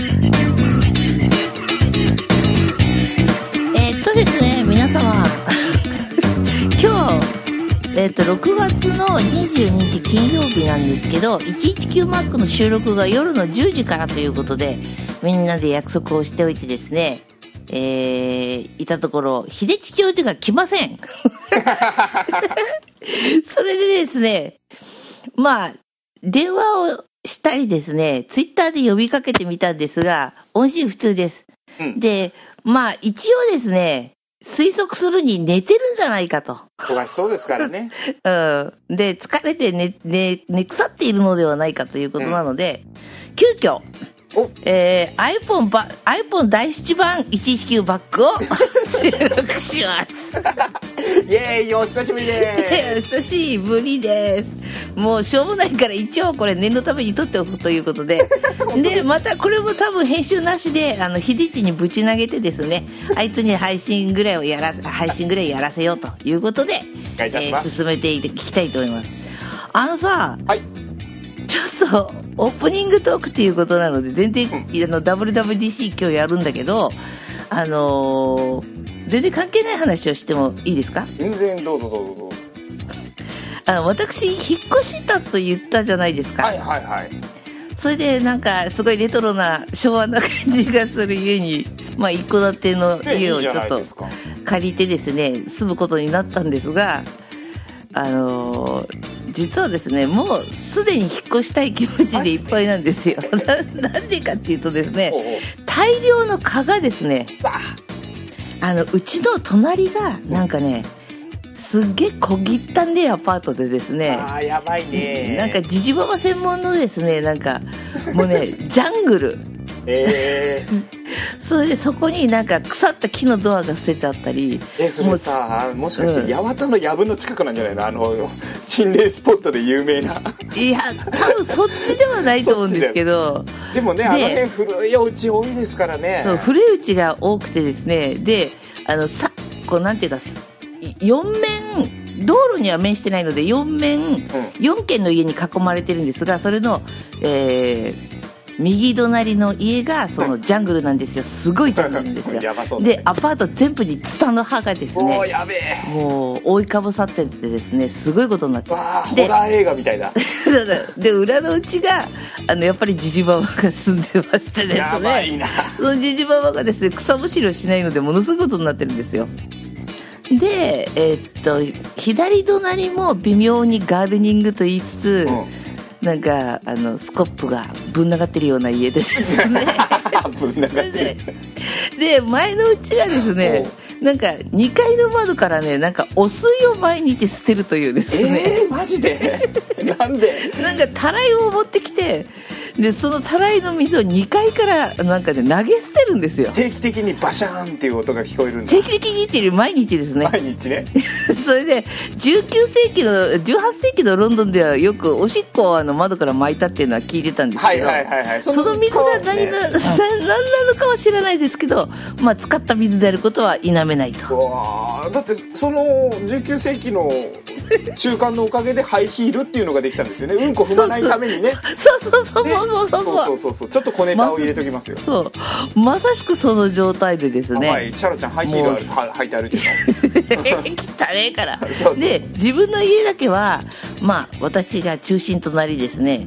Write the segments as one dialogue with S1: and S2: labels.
S1: と6月の22日金曜日なんですけど119マークの収録が夜の10時からということでみんなで約束をしておいてですねえー、いたところ秀地教授が来ません それでですねまあ電話をしたりですねツイッターで呼びかけてみたんですが音信不通です、
S2: うん
S1: でまあ一応ですね推測するに寝てるんじゃないかと。
S2: 忙しそうですからね。
S1: うん。で、疲れて寝、寝、寝腐っているのではないかということなので、急遽
S2: お、
S1: えー、iPhone ば、iPhone 第7版119バックを 収録します。
S2: イエーイ、お久しぶりで
S1: で久しぶりです。もうしょうもないから一応これ念のために撮っておくというこ とで。で、またこれも多分編集なしで、あの、秀地にぶち投げてですね、あいつに配信ぐらいをやら、配信ぐらいやらせようということで、
S2: す。お願いいたしま
S1: えー
S2: す。
S1: 進めていきたいと思いますあのさ、
S2: はい
S1: ちょっとオープニングトークっていうことなので全然、
S2: うん
S1: あの WWDC 今日やるんだけどあのー全然関係ない話をしてもいいですか
S2: 全然どうぞどうぞどうぞ。
S1: あの私引っ越したと言ったじゃないですか、
S2: はいはいはい。
S1: それでなんかすごいレトロな昭和な感じがする家に まあ一戸建ての
S2: ね、いい
S1: 家を
S2: じ
S1: ちょ
S2: ゃな
S1: っ
S2: い
S1: と
S2: ですか。
S1: 借りてですね住むことになったんですがあのー実はですねもうすでに引っ越したい気持ちでいっぱいなんですよ。 ななんでかっていうとです
S2: おう
S1: ね
S2: おう
S1: 大量の蚊がですね
S2: あ
S1: あのうちの隣がなんかねすっげえ小汚ねえアパートでですね
S2: あー、やばいね。
S1: なんか、ジジババ専門のですねなんかもう ねジャングル
S2: えー、
S1: それでそこになんか腐った木のドアが捨ててあったり
S2: え、それさ、もしかして、八幡の藪の近くなんじゃないのあの、心霊スポットで有名 な。
S1: いや多分そっちではないと思うんです けど。
S2: でもね、
S1: で
S2: あの辺古いお家多いですからね。
S1: そう古いうちが多くてですねであのさこうなんていうかすい四面道路には面してないので四面
S2: うん。
S1: 4軒の家に囲まれてるんですがそれの、えー右隣の家がそのジャングルなんですよすごいジャングルなんです よ
S2: やばそうだね
S1: でアパート全部にツタの葉がです
S2: おー、
S1: ね
S2: やべえ。
S1: もう覆いかぶさっててですねすごいことになってます
S2: わあ、ホ
S1: で
S2: ラー映画みたいだ。
S1: そうだ で裏のうちがあのやっぱりジジババが住んでましてですね
S2: やばいな。
S1: そのジジババがですね草むしりをしないのでものすごいことになってるんですよでえっと左隣も微妙にガーデニングと言いつつ、
S2: うん。
S1: なんかあのスコップがぶん流ってるような家でですね
S2: ぶん流
S1: それ
S2: れて
S1: で
S2: る
S1: で前のうちがですねなんか2階の窓からねなんかお水を毎日捨てるというですね、
S2: えー、マジでなんで
S1: なんかたらいを持ってきてでそのたらいの水を2階からなんかね投げ捨てるんですよ
S2: 定期的にバシャーンっていう音が聞こえるんだ
S1: 定期的にっていうより毎日ですね
S2: 毎日ね
S1: それで19世紀の18世紀のロンドンではよくおしっこをあの窓から巻いたっていうのは聞いてたんです
S2: は
S1: け
S2: い
S1: ど、
S2: はいはいはい
S1: その水が何な,、な 何なのかは知らないですけど、まあ、使った水であることは否めないと
S2: うわーだってその19世紀の中間のおかげでハイヒールっていうのができたんですよねうんこ踏まないためにね
S1: そうそうそう
S2: ねそ
S1: そうそうそうそう
S2: うそうそうちょっと小ネタを入れときますよ、
S1: そうまさしくその状態でですね、
S2: 甘いシャラちゃんハイヒールある
S1: も
S2: は履いて歩いてる
S1: 汚ねえから
S2: そう
S1: で自分の家だけはまあ私が中心となりですね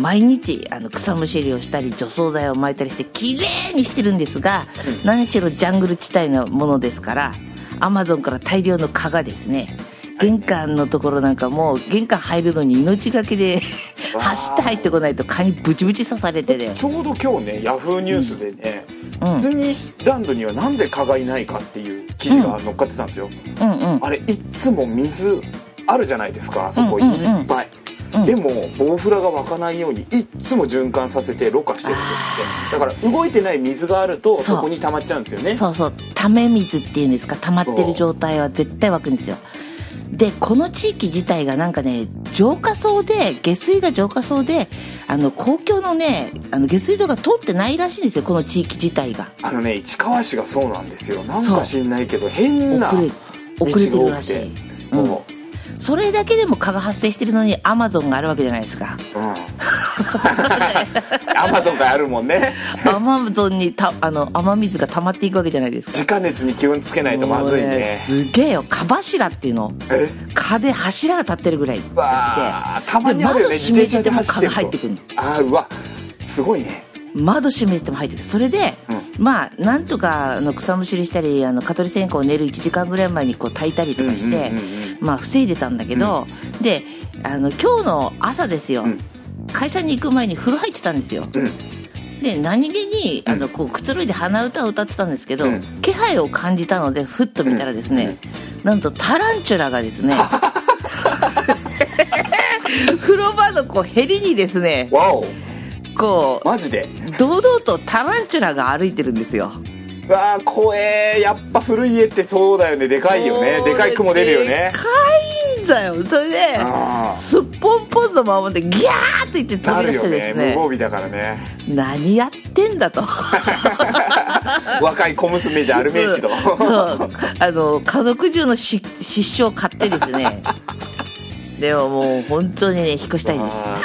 S1: 毎日あの草むしりをしたり除草剤を撒いたりしてきれいにしてるんですが、
S2: う
S1: 何しろジャングル地帯のものですからアマゾンから大量の蚊がですね玄関のところなんかもう玄関入るのに命がけで
S2: わー
S1: 走って入ってこないと蚊にブチブチ刺されてで、
S2: ちょうど今日ねヤフーニュースでね、
S1: うん、うん
S2: ディズニーランドにはなんで蚊がいないかっていう記事が載っかってたんですよ、
S1: うん
S2: あれいっつも水あるじゃないですかあそこ
S1: う
S2: い
S1: んうんうん
S2: っぱい、
S1: うん
S2: でもボウフラが湧かないようにいっつも循環させてろ過してるんですってだから動いてない水があると
S1: そう
S2: そこに溜まっちゃうんですよね
S1: そうそう溜め水っていうんですか溜まってる状態は絶対湧くんですよでこの地域自体がなんかね浄化槽で下水が浄化槽であの公共のねあの下水道が通ってないらしいんですよこの地域自体が
S2: あのね市川市がそうなんですよなん
S1: そう
S2: か知んないけど変な道
S1: 遅れ
S2: が
S1: 遅れてる
S2: 多
S1: ら
S2: く
S1: しい
S2: て
S1: うん
S2: も
S1: それだけでも蚊が発生してるのにアマゾンがあるわけじゃないですか
S2: う、うん、 アマゾンがあるもんね
S1: 雨ゾンにたあの雨水が溜まっていくわけじゃないですか
S2: 時間熱に気をつけないとまずい
S1: もう
S2: ね
S1: すげえよ蚊柱っていうの
S2: え
S1: 蚊で柱が立ってるぐらいで
S2: わあたまにあるよ
S1: 窓
S2: ね
S1: 閉
S2: 自
S1: め
S2: 転車
S1: てて
S2: で
S1: も
S2: 走
S1: 蚊
S2: ってる
S1: が入ってくるの
S2: ああうわすごいね
S1: 窓閉めても入ってくるそれで、
S2: う
S1: まあなんとかあの草むしりしたりあの蚊取り線香を寝る1時間ぐらい前にこう炊いたりとかして、
S2: うんうんうんうん
S1: まあ防いでたんだけど、であの今日の朝ですよ、
S2: うん
S1: 会社に行く前に風呂入ってたんですよ
S2: うん
S1: で何気に
S2: うん
S1: あのこうくつろいで鼻歌を歌ってたんですけど、
S2: うん
S1: 気配を感じたのでふっと見たらですね、なんとタランチュラがで すね風呂場のこうへりにですね
S2: わお
S1: こう
S2: マジで
S1: 堂々とタランチュラが歩いてるんですよ。
S2: うわあ怖えやっぱ古い家ってそうだよねでかいよねでかい雲出るよね
S1: でかいんだよ。それで、
S2: あー
S1: すっぽんぽんのままでギャーって言って飛
S2: な
S1: び出
S2: る
S1: し
S2: よ
S1: て
S2: ね
S1: です
S2: 無
S1: ね、
S2: 防備だからね
S1: 何やってんだと。
S2: 若い小娘じゃあるめえしと
S1: そうあの家族中のし失笑を買ってで すねでももう本当にね引っ越したいんです
S2: あ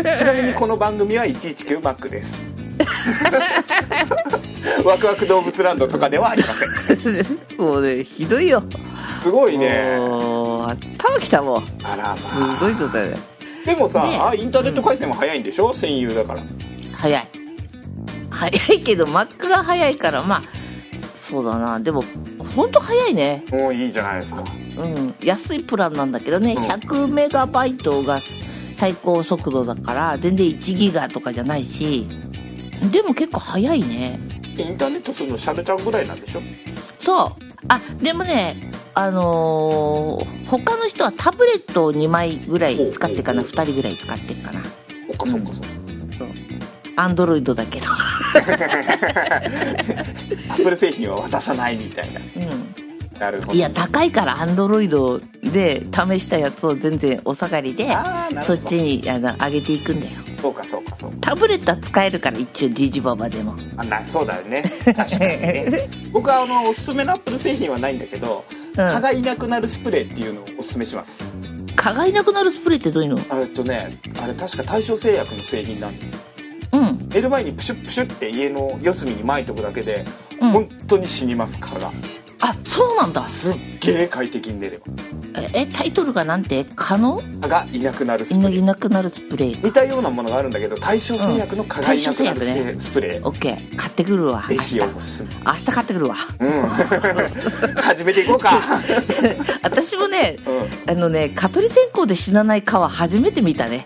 S2: ーちなみにこの番組は119マックです ワクワク動物ランドとかではありません
S1: もうねひどいよ
S2: すごいね
S1: もう頭きたもう
S2: あら
S1: す
S2: ま
S1: ごい状態で
S2: あでもさ、
S1: ね
S2: あインターネット回線も早いんでしょ、専用だから
S1: 早い早いけどマックが早いからまあそうだなでも本当早いね
S2: もういいじゃないですか
S1: うん安いプランなんだけどね
S2: うん
S1: 100メガバイトが最高速度だから全然1ギガとかじゃないしでも結構早いね
S2: インターネットするのシャルちゃんぐらいなんでしょ
S1: そうあでもねあのー他の人はタブレットを2枚ぐらい使ってっかな
S2: ほうほう
S1: 2人ぐらい使ってっかな
S2: そっかそっかそっか、
S1: アンドロイドだけど
S2: アップル製品は渡さないみたいな
S1: うん
S2: なるほど
S1: いや高いからアンドロイドで試したやつを全然お下がりで
S2: あーなるほ
S1: そ
S2: ど
S1: っちにあの上げていくんだよ
S2: そうかそうかそうか
S1: タブレットは使えるから一応ジジババでも
S2: あなそうだよ ね確かにね僕はあのおすすめのアップル製品はないんだけど、蚊がいなくなるスプレーっていうのをおすすめします
S1: 蚊がいなくなるスプレーってどういうの
S2: あえっとねあれ確か大正製薬の製品なんです
S1: うん
S2: 寝る前にプシュップシュッって家の四隅に撒いとくだけで、
S1: うん
S2: 本当に死にます蚊が
S1: あそうなんだ
S2: すっげえ快適に寝れば
S1: ええタイトルがなんて蚊の
S2: 蚊がいなくなるス
S1: い
S2: プ
S1: な
S2: レ
S1: い
S2: ー
S1: なくなるスプレー
S2: 似たようなものがあるんだけど大正製薬の蚊がいなくなる
S1: うん大正製薬
S2: スプレー、
S1: オッケー買ってくるわ明
S2: ぜ
S1: 日
S2: ひ
S1: 明
S2: おすすめ
S1: 日買ってくるわ
S2: うん 始めていこうか、
S1: 私もね
S2: う
S1: あのね蚊取り線香で死なない蚊は初めて見たね
S2: ん、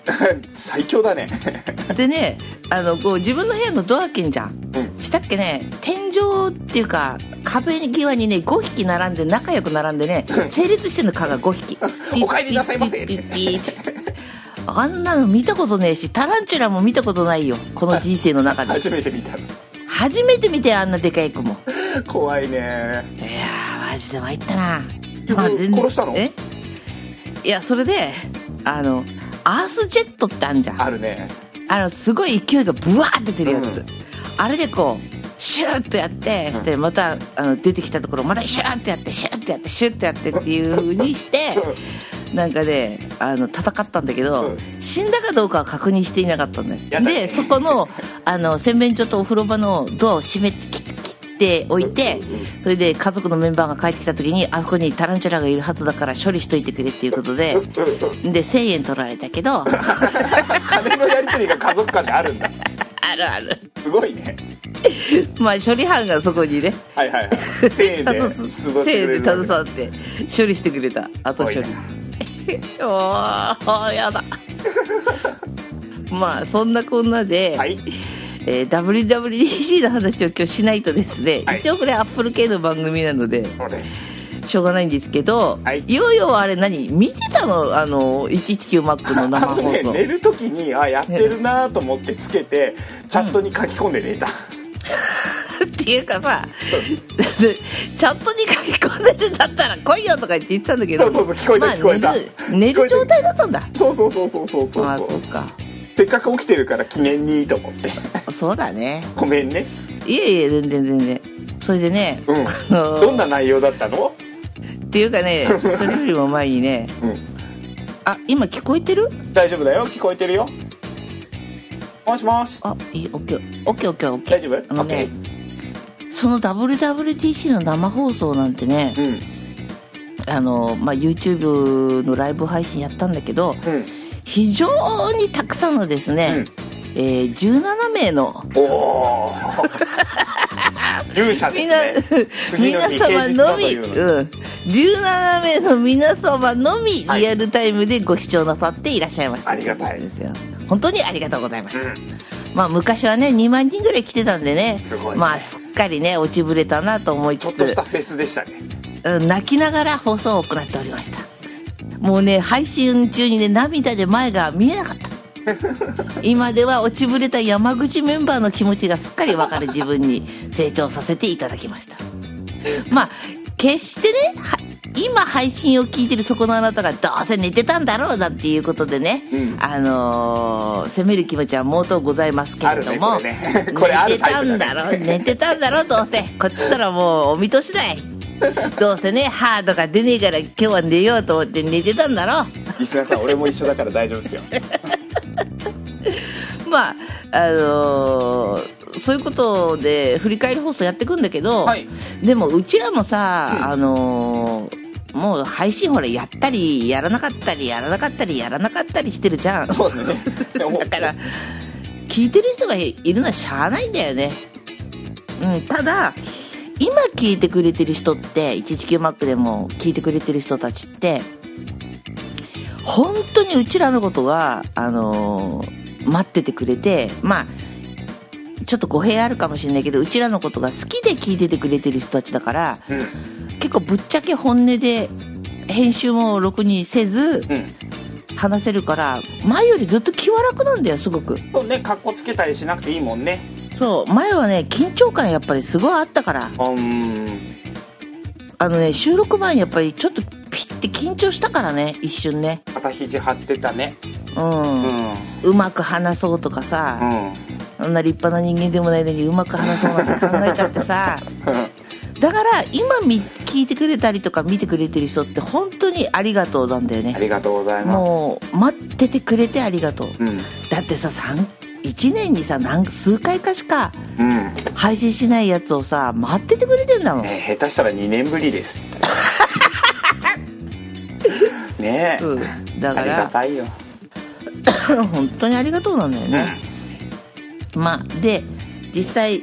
S2: 最強だね
S1: でねあのこう自分の部屋のドア開けんじゃん
S2: うん
S1: したっけね天井っていうか壁際にね5匹並んで仲良く並んでね整列してんの蚊が5匹
S2: お帰りなさいませ
S1: ピッピッピッピッピッってあんなの見たことねえしタランチュラも見たことないよこの人生の中で
S2: 初めて見た
S1: 初めて見てあんなでかい子も
S2: 怖いね
S1: いやーマジで参ったな
S2: でも殺したの
S1: えいやそれであのアースジェットってあんじゃん
S2: あるね
S1: あのすごい勢いがブワーって出るやつ、
S2: うん
S1: あれでこうシューッとやってしてまたあの出てきたところまたシューッとやってシューッとやってシューッとやってっていうふうにしてなんかねあの戦ったんだけど、
S2: うん
S1: 死んだかどうかは確認していなかったんだ
S2: や
S1: よ
S2: だ
S1: でそこのあの洗面所とお風呂場のドアを閉めて切って切っておいてそれで家族のメンバーが帰ってきた時にあそこにタランチュラがいるはずだから処理しといてくれっていうことでで1,000円取られた けどあ
S2: 金のやり取りが家族間であるんだ
S1: るある
S2: すごいね
S1: まあ処理班がそこにね
S2: はい はいはい1000円で
S1: 携
S2: 出動してくれる
S1: 携わって処理してくれた後処理
S2: 多いな
S1: おーやだまあそんなこんなで、
S2: はい
S1: えー WWDC の話を今日しないとですね、
S2: はい
S1: 一応これアップル系の番組なので
S2: そうです
S1: しょうがないんですけど、
S2: はい
S1: よいよあれ何見てたのあの 119Mac の生
S2: あの
S1: 放
S2: ね
S1: 送、
S2: 寝る時にあやってるなと思ってつけてチャットに書き込んで寝た、
S1: っていうかさチャットに書き込んでるんだったら来いよとか言って言ってたんだけど
S2: そうそうそう聞こえた
S1: まあ
S2: 聞こえた
S1: 寝る寝る状態だったんだ
S2: そうそうそうそうそうそう
S1: まあ
S2: そ
S1: そううか
S2: せっかく起きてるから記念にと思って
S1: そうだね
S2: ごめんね
S1: いえいえ全然全然それでね、
S2: うん
S1: あのー
S2: どんな内容だったの
S1: っていうかねそれよりも前にね
S2: うん
S1: あ今聞こえてる
S2: 大丈夫だよ聞こえてるよもしもし
S1: あいいオッケーオッケーオッケーオッケー
S2: 大丈夫
S1: あのねその WWDC の生放送なんてね、
S2: OK うん
S1: あのまあ、YouTube のライブ配信やったんだけど
S2: うん
S1: 非常にたくさんのですね、えー17名の
S2: おおー勇者
S1: みんな
S2: ですね次の
S1: 皆
S2: 日
S1: 様のみ、
S2: 平
S1: う
S2: 日だ
S1: ん、
S2: という
S1: 17名の皆様のみ
S2: はい
S1: リアルタイムでご視聴なさっていらっしゃいました
S2: ありがたい
S1: ですよ本当にありがとうございました、
S2: うん
S1: まあ昔はね2万人ぐらい来てたんでね
S2: すごいね
S1: まあすっかりね落ちぶれたなと思い
S2: ちょ
S1: つ
S2: っとした
S1: つ、
S2: フェスでしたね
S1: うん、泣きながら放送を行っておりましたもうね配信中にね涙で前が見えなかった 今では落ちぶれた山口メンバーの気持ちがすっかり分かる自分に成長させていただきましたまあ決してねは今配信を聞いてるそこのあなたがどうせ寝てたんだろうなっていうことでね、
S2: うん
S1: あのー責める気持ちは毛頭ございますけれども、
S2: あるね これねこれあ
S1: 寝
S2: る
S1: て
S2: タ
S1: た
S2: イプ
S1: ん
S2: だ
S1: だ
S2: ね
S1: ろ寝てたんだろどうせこっちとらもうお見通しだ いどうせね歯とか出ねえから今日は寝ようと思って寝てたんだろ
S2: リスナーさん俺も一緒だから大丈夫ですよ
S1: まああのーそういうことで振り返り放送やっていくんだけど、
S2: はい
S1: でもうちらもさ、あのーもう配信ほらやったりやらなかったりやらなかったりやらなかったりしてるじゃん
S2: そうだねでも
S1: だから聞いてる人がいるのはしゃあないんだよね、うん、ただ今聞いてくれてる人って119マックでも聞いてくれてる人たちって本当にうちらのことが、あのー待っててくれてまあちょっと語弊あるかもしれないけどうちらのことが好きで聞いててくれてる人たちだから
S2: うん
S1: 結構ぶっちゃけ本音で編集もろくにせず
S2: うん
S1: 話せるから前よりずっと気は楽なんだよすごく
S2: そうね、格好つけたりしなくていいもんね。
S1: そう前はね緊張感やっぱりすごいあったから
S2: うーん。
S1: あのね収録前にやっぱりちょっとピッて緊張したからね一瞬ね
S2: 肩肘張ってたね。
S1: うん、
S2: う。
S1: うんまく話そうとかさ、
S2: うん。
S1: あんな立派な人間でもないのにうまく話そうなんて考えちゃってさだから今み聞いてくれたりとか見てくれてる人って本当にありがとうなんだよ
S2: あ
S1: ね
S2: りがとうございま
S1: もう待っててくれてありがとう
S2: す。うん。
S1: だってさ1年にさ何数回かしか
S2: うん。ね
S1: 配信しないやつをさ待っててくれてんだもん
S2: 下手したら2年ぶり です。ねえ、
S1: うん、だ
S2: あ
S1: か
S2: りが
S1: ら
S2: たいよ。
S1: 本当にありがとうなんだよね、まあで実際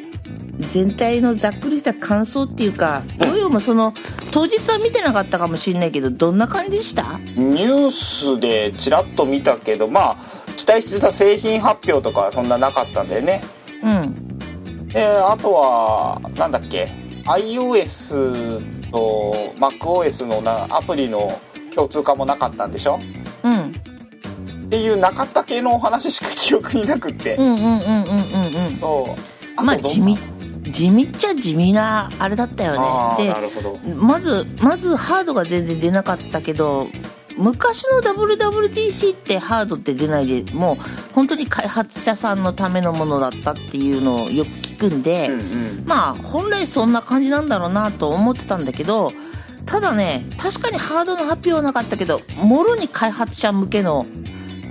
S1: 全体のざっくりした感想っていうかヨーヨーもその当日は見てなかったかもしれないけどどんな感じでした
S2: ニュースでちらっと見たけど、まあ、期待してた製品発表とかはそんななかったんだよね。
S1: うん
S2: で、あとは、なんだっけ、iOS と MacOS のなアプリの共通化もなかったんでしょ
S1: うん
S2: っていうなかった系のお話しか記憶になくって、
S1: うんうんうんうんうんうん
S2: そうと
S1: まあ
S2: どんな
S1: 地味地味っちゃ地味なあれだったよ
S2: あー
S1: ね
S2: なるほど
S1: でまずまずハードが全然出なかったけど昔の WWDC ってハードって出ないでもう本当に開発者さんのためのものだったっていうのをよく聞くんで、
S2: うんうん
S1: まあ本来そんな感じなんだろうなと思ってたんだけどただね確かにハードの発表はなかったけどもろに開発者向けの、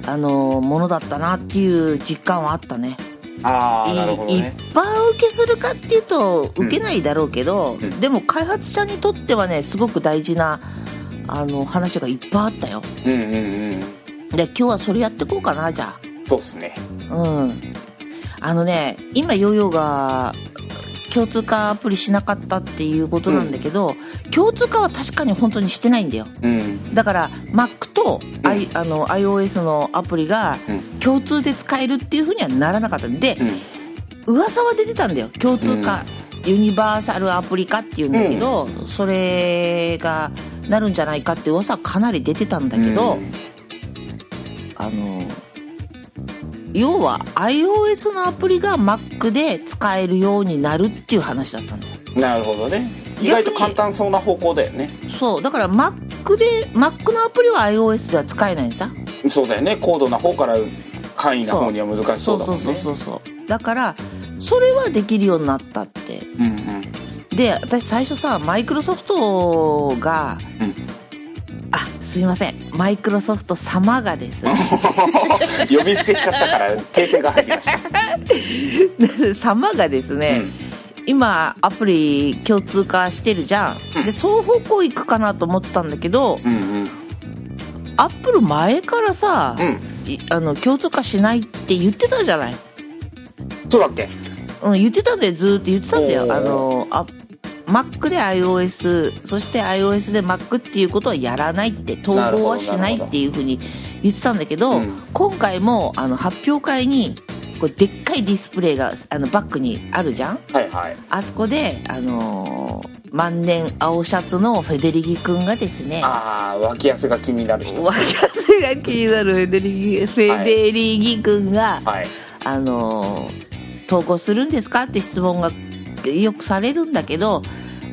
S1: あのーものだったなっていう実感はあったね
S2: ああなるほど
S1: い
S2: ね
S1: 一般受けするかっていうと
S2: うん
S1: 受けないだろうけど、
S2: うん
S1: でも開発者にとってはねすごく大事なあの話がいっぱいあったよ
S2: うんうんうん
S1: で今日はそれやってこうかなじゃ
S2: そうっすね
S1: あうんあのね今ヨーヨーが共通化アプリしなかったっていうことなんだけど、共通化は確かに本当にしてないんだよ
S2: うん
S1: だから Mac と、I あの iOS のアプリが
S2: うん
S1: 共通で使えるっていうふうにはならなかったんで、
S2: う
S1: 噂は出てたんだよ共通化、ユニバーサルアプリ化っていうんだけど、それがなるんじゃないかって噂はかなり出てたんだ
S2: ん
S1: けど、あの要は iOS のアプリが Mac で使えるようになるっていう話だったんだよ
S2: うんなるほどね意外と簡単そうな方向だよね
S1: そうだから Mac で Mac のアプリは iOS では使えないんさ
S2: そうだよね高度な方から簡易な方には難しそう
S1: そう
S2: だ
S1: そ
S2: も
S1: う
S2: ね
S1: んそうそうそうだからそれはできるようになったって
S2: うんうん
S1: で私最初さマイクロソフトが、
S2: うん
S1: あすいませんマイクロソフト様がですね
S2: 呼び捨てしちゃった から訂正が入りました、
S1: 様がです
S2: う
S1: ね、
S2: ん
S1: 今アプリ共通化してるじゃん、
S2: うん
S1: で双方向行くかなと思ってたんだけど
S2: うん
S1: アップル前からさ、
S2: うん
S1: いあの共通化しないって言ってたじゃない、
S2: うんそうだっけ
S1: うん、言ってたんだよずーっと言ってたんだ
S2: お
S1: よ
S2: ー
S1: あのあ Mac で iOS そして iOS で Mac っていうことはやらないって統
S2: なるほ
S1: 合
S2: ど
S1: はしな
S2: なるほ
S1: い
S2: ど
S1: っていうふうに言ってたんだけど、
S2: うん
S1: 今回もあの発表会にこうでっかいディスプレイがあのバックにあるじゃん
S2: はいはい
S1: あそこで、あのー万年青シャツのフェデリギ君がですね
S2: ああ脇汗が気になる人
S1: 脇汗が気になるフェデリギフェデリギ君が、
S2: はい
S1: あのー投稿するんですかって質問がよくされるんだけど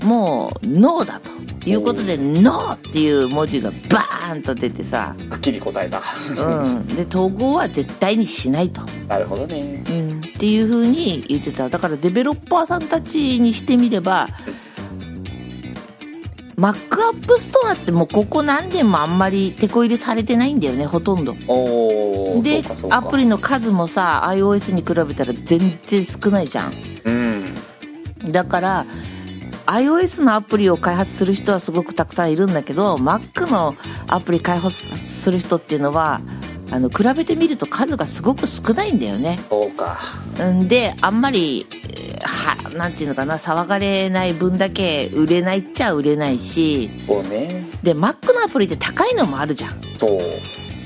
S1: もう「ノーだということで「ノーっていう文字がバーンと出てさ、
S2: はっきり答えた
S1: うん、で統合は絶対にしないと、
S2: なるほどね
S1: うん、っていうふうに言ってただからデベロッパーさんたちにしてみればマックアップストアってもうここ何年もあんまり手こ入れされてないんだよねほとんど。
S2: おお
S1: でアプ
S2: リ
S1: リの数もさ iOS に比べたら全然少ないじゃん
S2: うん
S1: だから iOS のアプリを開発する人はすごくたくさんいるんだけど Mac のアプリ開発する人っていうのはあの比べてみると数がすごく少ないんだよね
S2: そうか
S1: んであんまりえーはなんていうのかな騒がれない分だけ売れないっちゃ売れないし
S2: そうね
S1: で Mac のアプリって高いのもあるじゃん
S2: そう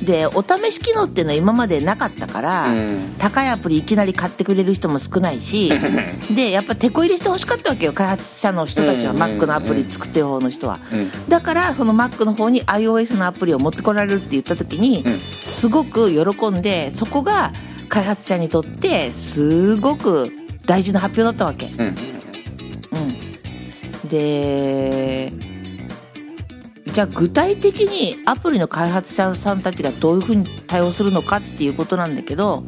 S1: でお試し機能っていうのは今までなかったから、
S2: うん
S1: 高いアプリいきなり買ってくれる人も少ないし でやっぱ手こ入れしてほしかったわけよ開発者の人たちは
S2: うんうんうん
S1: Mac のアプリ作ってる方の人は
S2: うん
S1: だからその Mac の方に iOS のアプリを持ってこられるって言った時に
S2: うん
S1: すごく喜んでそこが開発者にとってすごく大事な発表だったわけ。
S2: うん
S1: うん、でじゃあ具体的にアプリの開発者さんたちがどういうふうに対応するのかっていうことなんだけど、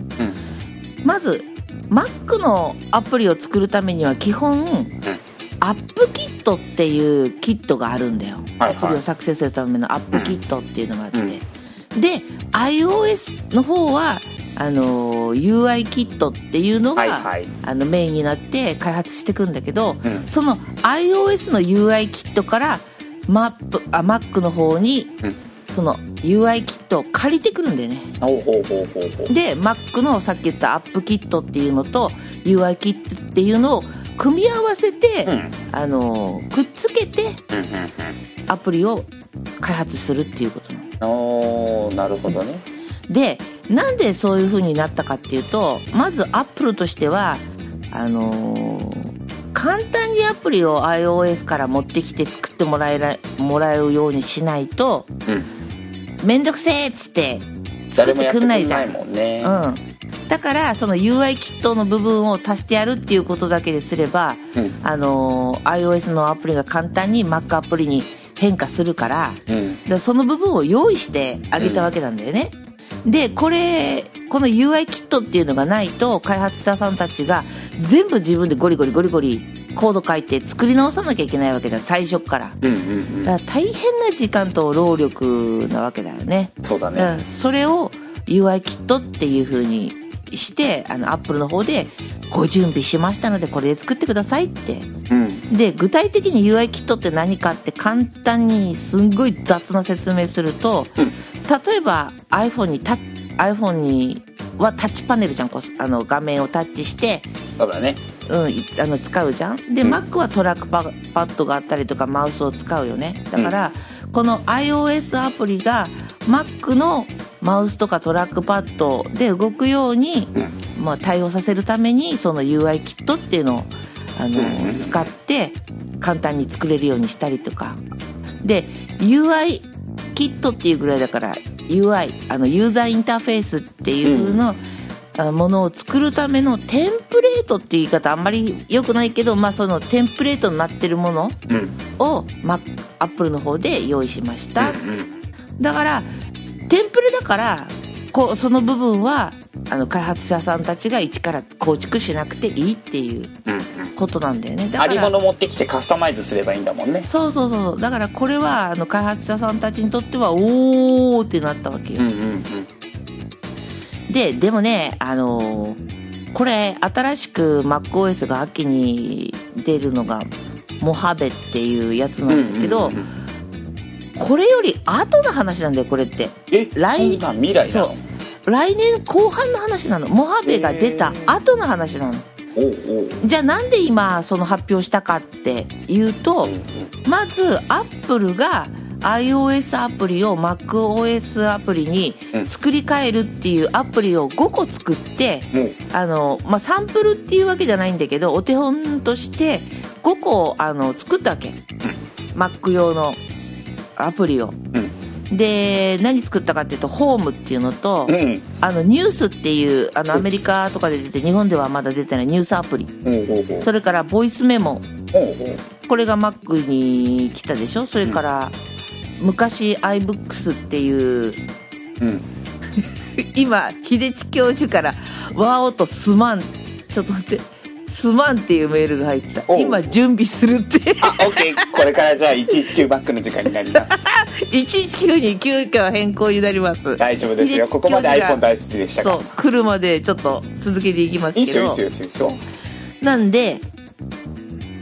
S1: まず Mac のアプリを作るためには基本アップキットっていうキットがあるんだよ、
S2: はいはい
S1: アプリを作成するためのアップキットっていうのがあって、
S2: うん
S1: で iOS の方はあの UI キットっていうのが、
S2: はいはい
S1: あのメインになって開発していくんだけど
S2: うん
S1: その iOS の UI キットからマップあ Mac の方に、
S2: うん
S1: その UI キットを借りてくるんだよね。
S2: ほうほうほうほうほう
S1: で Mac のさっき言ったアップキットっていうのと UI キットっていうのを組み合わせて、
S2: うんうん
S1: あのくっつけて
S2: うん
S1: アプリを開発するっていうことなの
S2: うんおーなるほどね
S1: でなんでそういう風になったかっていうとまず Apple としてはあのー簡単にアプリを iOS から持ってきて作ってもらえらもらえるようにしないと
S2: うん
S1: 面倒くせえっつって
S2: 誰
S1: 作っ
S2: も
S1: て
S2: やってく
S1: くん
S2: ん
S1: な
S2: ないい
S1: じゃん。
S2: もんね
S1: うん、だからその UI キットの部分を足してやるっていうことだけですれば、
S2: うん
S1: あのー iOS のアプリが簡単に Mac アプリに変化するから
S2: うん
S1: だからその部分を用意してあげたわけなんだよね。でこれこの UI キットっていうのがないと開発者さんたちが全部自分でゴリゴリゴリゴリコード書いて作り直さなきゃいけないわけだ最初から。
S2: うんうんう
S1: だから大変な時間と労力なわけだよね。
S2: んそうだ
S1: う
S2: ね
S1: ん、それを UI キットっていう風にしてあのアップルの方でご準備しましたのでこれで作ってくださいって
S2: うん
S1: で具体的に UI キットって何かって簡単にすんごい雑な説明すると、
S2: うん
S1: 例えば iPhone にタッ iPhone にはタッチパネルじゃんこうあの画面をタッチして、
S2: そうだね
S1: うん、いあの使うじゃんで、
S2: うん
S1: Mac はトラックパパッドがあったりとかマウスを使うよねだから、この iOS アプリが Mac のマウスとかトラックパッドで動くように、まあ、対応させるためにその UI キットっていうのをあの、
S2: うんうん
S1: 使って簡単に作れるようにしたりとかで UI キットっていうぐらいだから UI あのユーザーインターフェースっていう風なあものを作るためのテンプレートって言い方あんまり良くないけど、まあ、そのテンプレートになってるもの
S2: うん
S1: を、ま、アップルの方で用意しました
S2: うんうん
S1: だからテンプレだからこうその部分はあの開発者さんたちが一から構築しなくていいっていう
S2: うんうん
S1: ことなんだよねだ
S2: あ
S1: か
S2: り
S1: ら
S2: もの持ってきてカスタマイズすればいいんだもんね
S1: そうそうそうだからこれはあの開発者さんたちにとってはおーってなったわけよ、
S2: うんうんうん
S1: ででもねあのーこれ新しく MacOS が秋に出るのがモハベっていうやつなんだけど、
S2: うんうんうん
S1: これより後の話なんだよこれって
S2: え
S1: 来
S2: そんな未来な
S1: そ
S2: の
S1: 来年後半の話なのモハベが出た後の話なの
S2: おうおう
S1: じゃあなんで今その発表したかっていうと
S2: うんうん
S1: まずアップルが iOS アプリを MacOS アプリに作り変えるっていうアプリを5個作って、
S2: もう
S1: あのまあ、サンプルっていうわけじゃないんだけどお手本として5個あの作ったわけ、Mac 用のアプリを、で何作ったかっていうと「ホーム」っていうのと「
S2: うん
S1: あのニュース」っていうあの
S2: うん
S1: アメリカとかで出て日本ではまだ出てないニュースアプリ
S2: おうおうおう
S1: それから「ボイスメモ
S2: おうおう」
S1: これが Mac に来たでしょそれから、昔 iBooks っていう
S2: うん
S1: 今秀地教授から「ワオとすまん」ちょっと待って「すまん」っていうメールが入った
S2: おう
S1: 今準備するって
S2: あオッケーこれからじゃあ119バックの時間になります
S1: 119に9回は変更になります
S2: 大丈夫ですよここまで
S1: いや
S2: iPhone 大好きでしたか
S1: そ
S2: ら
S1: う来るまでちょっと続けていきます
S2: いい
S1: け
S2: っすよいいっ
S1: ど
S2: すよいいっすよいいっすよ
S1: なんで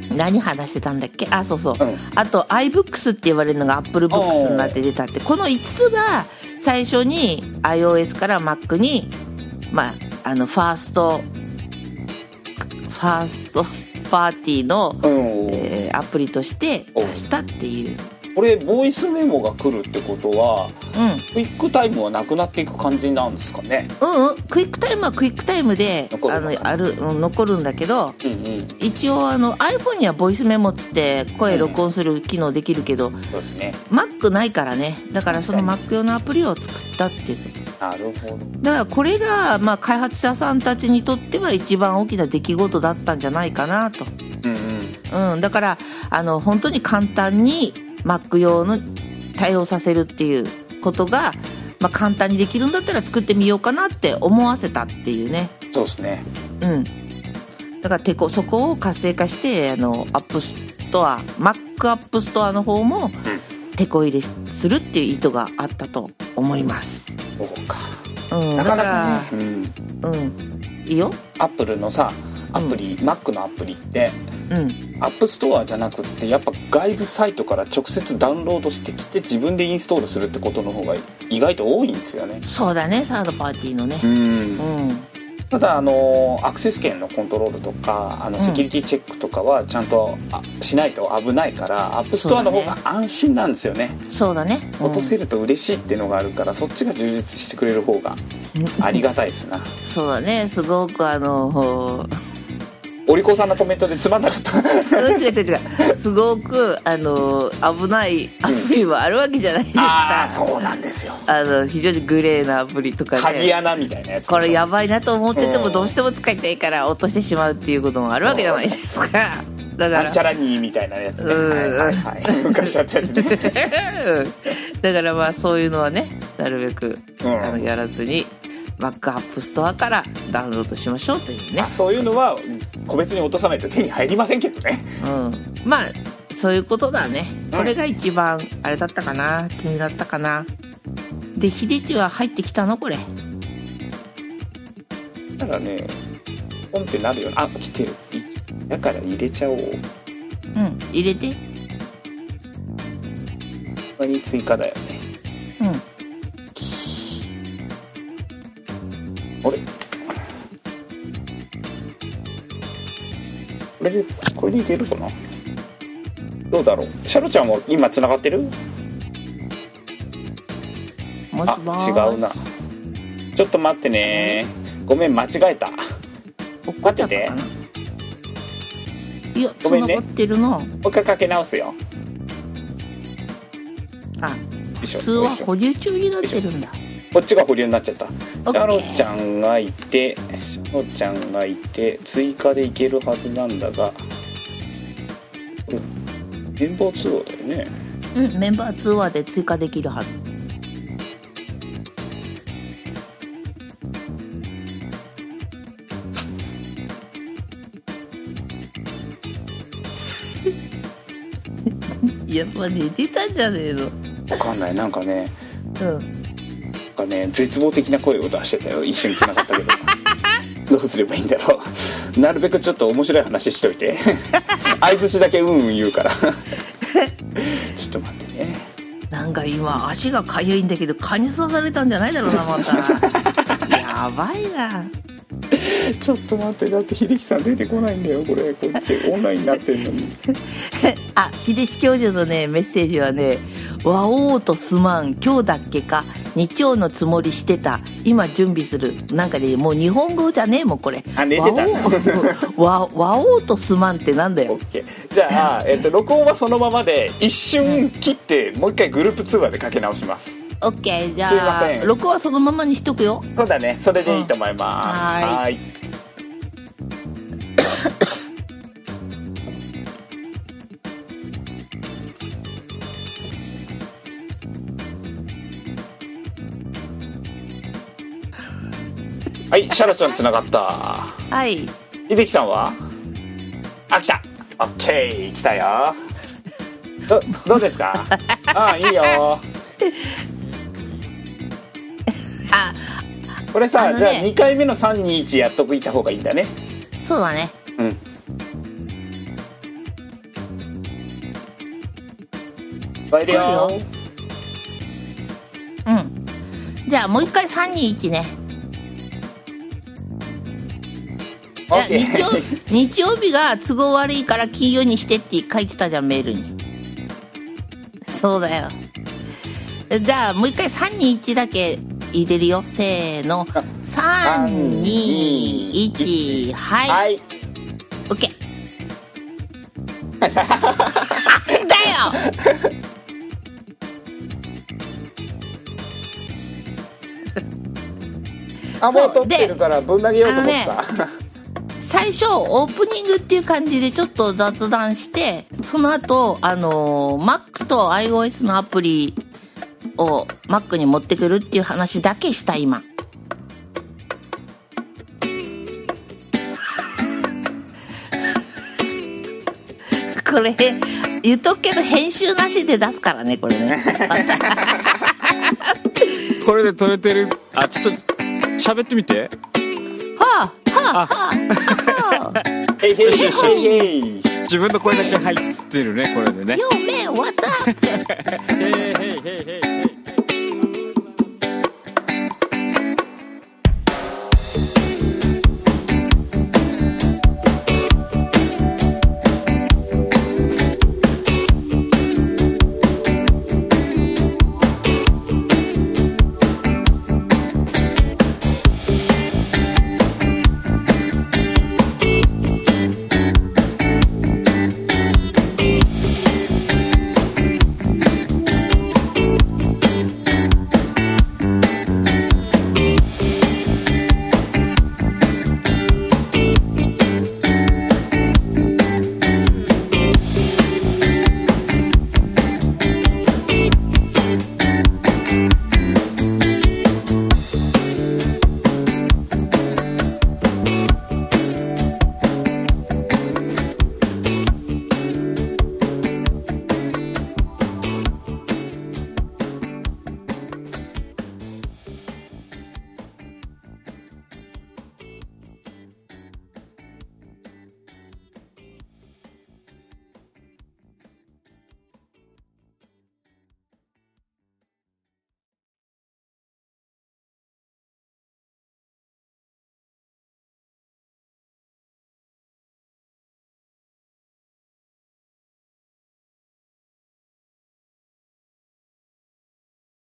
S1: 何話してたんだっけあそうそう、
S2: うん
S1: あと iBooks って言われるのが AppleBooks になって出たってこの5つが最初に iOS から Mac にまああのファーストファーストパーティーの、
S2: うん
S1: えーアプリとして出したっていう
S2: これボイスメモが来るってことは
S1: うん
S2: クイックタイムはなくなっていく感じなんですかね
S1: うんうんクイックタイムはクイックタイムで
S2: 残る
S1: あ
S2: の
S1: のある、うん残るんだけど
S2: うんうん
S1: 一応あの iPhone にはボイスメモっつって声録音する機能できるけど、
S2: そうですね
S1: Mac ないからねだからその
S2: 確
S1: Mac 用のアプリを作ったっていうこと
S2: なるほど
S1: だからこれが、まあ、開発者さんたちにとっては一番大きな出来事だったんじゃないかなと、
S2: うんうん
S1: うん、だからあの本当に簡単に Mac 用の対応させるっていうことが、まあ、簡単にできるんだったら作ってみようかなって思わせたっていうね、
S2: そうですね
S1: うん、だからてこそこを活性化してあのアップストア Mac アップストアの方も手こ入れするっていう意図があったと思います。
S2: そうか
S1: うん、
S2: なかなか
S1: だ
S2: ね、うん、
S1: ら、うん、いいよ。
S2: アップルのさアプリ、Mac のアプリって
S1: うん、
S2: アップストアじゃなくってやっぱ外部サイトから直接ダウンロードしてきて自分でインストールするってことの方が意外と多いんですよね
S1: そうだね、サードパーティーのね。
S2: うん
S1: うん、
S2: ただあのアクセス権のコントロールとかあの
S1: うん
S2: セキュリティチェックとかはちゃんとあしないと危ないからアップストアの方
S1: そうだ
S2: が安心なんですよね
S1: そうだね。うん
S2: 落とせると嬉しいっていうのがあるからそっちが充実してくれる方がありがたいですな
S1: そうだね、すごくあの、 ほう
S2: お利口さんのコメントでつまんなかった
S1: 違う違う違う、すごくあの危ないアプリもあるわけじゃないです
S2: あ
S1: か
S2: あ。そうなんですよ
S1: あの非常にグレーなアプリとか
S2: 鍵
S1: ね。
S2: 穴みたいなやつ
S1: これやばいなと思ってて
S2: う
S1: も
S2: ん
S1: どうしても使いたいから落としてしまうっていうこともあるわけじゃないですか。だから
S2: なんちゃらにみたいなやつね
S1: うん
S2: はいはいはい昔あったやつね
S1: だからまあそういうのはねなるべく、
S2: うん
S1: あのやらずにバックアップストアからダウンロードしましょうというね
S2: あ、そういうのは個別に落とさないと手に入りませんけどね
S1: うん、まあそういうことだね
S2: うん
S1: これが一番あれだったかな気になったかなで秀地は入ってきたのこれ
S2: ただねポンってなるよねあ来てるいだから入れちゃおう
S1: うん入れて
S2: これに追加だよね
S1: う
S2: あれこれでこれでいけるかなどうだろうシャロちゃんも今つながってる
S1: んもし
S2: あ
S1: も
S2: 違
S1: ーし
S2: うなちょっと待ってねごめん間違えた
S1: 落っこっちゃったかないや
S2: ごめん
S1: 繋
S2: ね
S1: がってるな、
S2: もう一回かけ直すよ
S1: あ
S2: よいしょ
S1: 普通は
S2: よいしょ
S1: 保留中になってるんだ
S2: こっちが保留になっちゃったシ
S1: オッケー
S2: ャロちゃんがいてシャロちゃんがいて追加でいけるはずなんだがこれ電報通話だよね
S1: うんメンバー通話で追加 できるはずやっぱ寝てたんじゃねえの
S2: わかんないなんかね
S1: う
S2: な
S1: ん
S2: んかね絶望的な声を出してたよ一緒に繋がった けどどうすればいいんだろうなるべくちょっと面白い話しとい て相槌だけうんうん言うからちょっと待ってね
S1: なんか今足がかゆいんだけど蚊に刺されたんじゃないだろうなまた やばいな
S2: ちょっと待ってだって秀樹さん出てこないんだよこれこっちオンラインになってんのに
S1: あ秀地教授のねメッセージはね「和おうとすまん今日だっけか日曜のつもりしてた今準備する」なんかねもう日本語じゃねえもんこれ
S2: あ寝てた
S1: 和おう 和和おうとすまんってなんだよ
S2: OK じゃあ、えっと、録音はそのままで一瞬切ってもう一回グループ通話でかけ直します
S1: オッケーじ
S2: すいませ
S1: ゃあ
S2: ん
S1: 録音はそのままにしとくよ
S2: そうだねそれでいいと思います、
S1: うんはー
S2: いはいシャラちゃんつながった
S1: はい
S2: 秀樹さんはあ来たオッケー来たよどどうです かあいいよ
S1: あ
S2: これさ、
S1: あの
S2: じ
S1: ね
S2: ゃあ2回目の321やっとくいた方がいいんだね
S1: そうだね
S2: うん終了
S1: 終うんじゃあもう一回321ねいや
S2: OK
S1: 日曜日曜日が都合悪いから金曜にしてって書いてたじゃんメールにそうだよじゃあもう一回321だけ入れるよせーの321はい、
S2: は
S1: はい、
S2: い
S1: OK だよ
S2: あも
S1: そう
S2: う撮ってるからぶん投げようと思ってた、
S1: 最初オープニングっていう感じでちょっと雑談してその後あのー Mac と iOS のアプリを Mac に持ってくるっていう話だけした今 これ言っとくけど編集なしで出すからねこれね
S3: これで撮れてるあちょっと喋ってみて
S1: はあはあはあはあ
S2: へいへいへいへいへい
S3: 自分の声だけ入ってるねこれでね
S1: よめ what's up?
S3: へいへいへいへいへい